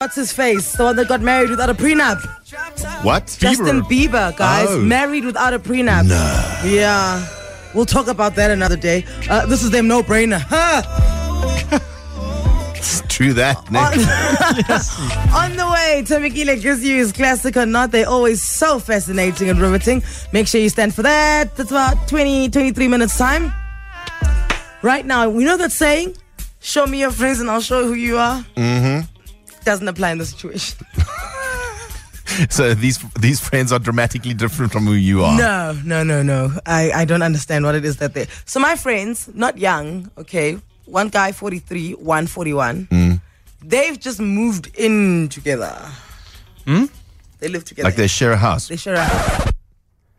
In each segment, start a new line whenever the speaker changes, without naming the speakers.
What's his face? The one that got married without a prenup.
What?
Justin Bieber, guys.
Oh.
Married without a prenup.
No.
Yeah. We'll talk about that another day. Uh, this is them no brainer.
True that.
Oh,
Nick.
On the way, Tamikile gives you his classic or not. They're always so fascinating and riveting. Make sure you stand for that. That's about 20, 23 minutes time. Right now, we know that saying, show me your friends and I'll show who you are. Mm-hmm. Doesn't apply in this situation.
So these these friends are dramatically different from who you are.
No, no, no, no. I, I don't understand what it is that they. So my friends, not young, okay. One guy, 43, one 41.
Hmm.
They've just moved in together. Hmm? They live together.
Like they share a house.
They share a house.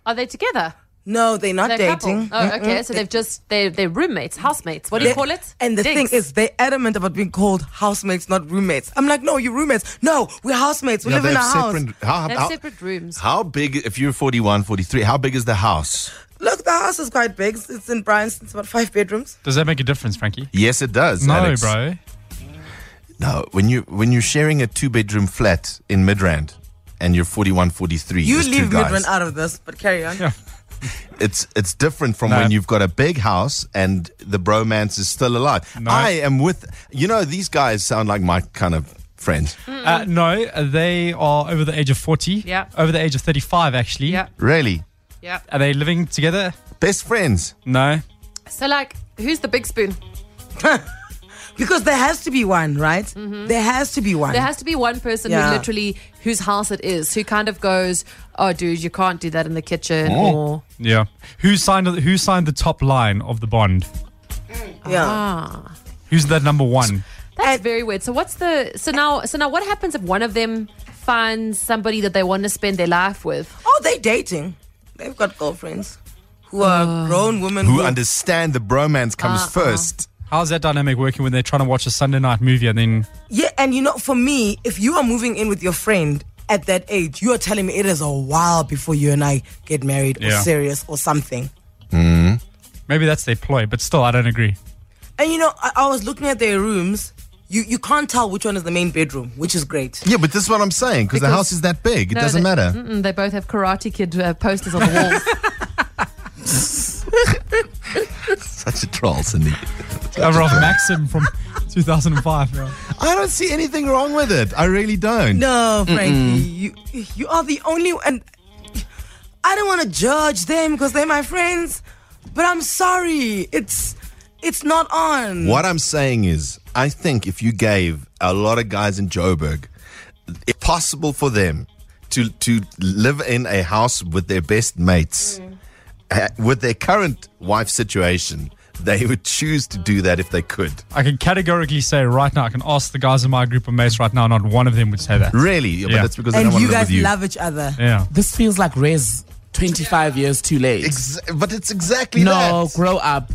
Are they together?
No, they're not
They're a couple.
dating. Hmm?
Oh, okay. So they've just they're they're roommates, housemates. What do you call it?
And the
Digs.
thing is, they're adamant about being called housemates, not roommates. I'm like, no, you're roommates. No, we're housemates. We
No,
live
they
in a
have
house.
separate, how,
they
how,
uh,
have separate rooms.
how big, if you're 41, 43, how big is the house?
Look, the house is quite big. It's in Bryanston. It's about five bedrooms.
Does that make a difference, Frankie?
Yes, it does.
No,
Alex.
bro.
No, when you when you're sharing a two bedroom flat in Midrand, and you're 41, 43,
You
there's two
leave
guys,
Midrand out of this, but carry on.
Yeah.
It's it's different from
No.
when you've got a big house and the bromance is still alive.
No.
I am with you know these guys sound like my kind of friends.
Mm.
Uh, no, they are over the age of 40.
Yeah.
Over the age of 35, actually.
Yeah.
Really,
Yeah.
Are they living together?
best friends.
No.
So like, who's the big spoon?
Because there has to be one, right? There has to be one.
Mm-hmm. There has to be one person
Yeah.
who literally whose house it is, who kind of goes, "Oh, dude, you can't do that in the kitchen."
Oh.
Or
Yeah. Who signed Who signed the top line of the bond?
yeah.
ah,
Who's the number one?
that's
And-
very weird. So what's the so now so now what happens if one of them finds somebody that they want to spend their life with?
Oh, they dating. They've got girlfriends who are grown women
who understand the bromance comes
Uh-huh.
first.
How's that dynamic working when they're trying to watch a Sunday night movie and then
Yeah, and you know, for me, if you are moving in with your friend at that age, you are telling me it is a while before you and I get married or
Yeah.
serious or something.
maybe that's their ploy? But still, I don't agree.
And you know, I, I was looking at their rooms. You you can't tell which one is the main bedroom, which is great.
Yeah, but this is what I'm saying because the
Because-
house is that big. It
No,
doesn't
they-
matter.
Mm-hmm.
Mm-mm, they both have Karate Kid uh, posters on the walls.
Such a troll, Cindy.
Cover of Maxim from 2005. yeah.
I don't see anything wrong with it. I really don't.
No, Frankie, you you are the only and I don't want to judge them because they're my friends, but I'm sorry, it's it's not on.
What I'm saying is, I think if you gave a lot of guys in Joburg, it's possible for them to to live in a house with their best mates,
Mm.
uh, with their current wife situation, they would choose to do that if they could.
I can categorically say right now, I can ask the guys in my group of mates right now, not one of them would say that.
Really, yeah. but
Yeah.
that's because they
And
don't want
you
to live
guys
with you.
love each other.
Yeah.
This feels like Rez 25 years too late.
Ex- but it's exactly
no,
that.
grow up.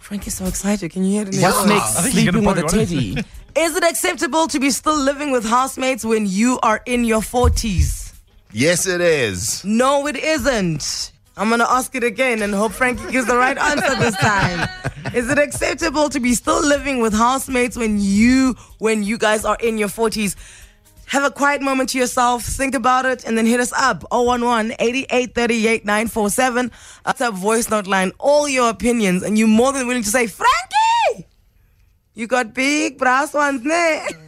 Frankie's so excited. Can you hear it? in
What's
his-
I
next?
think you're
Sleeping
gonna
with a
probably
teddy.
Is it acceptable to be still living with housemates when you are in your 40s?
Yes, it is.
No, it isn't. I'm going to ask it again and hope Frankie gives the right answer this time. Is it acceptable to be still living with housemates when you when you guys are in your 40s? Have a quiet moment to yourself, think about it, and then hit us up 011 8838 947. That's our voice note line. All your opinions, and you're more than willing to say, Frankie, you got big brass ones, ne?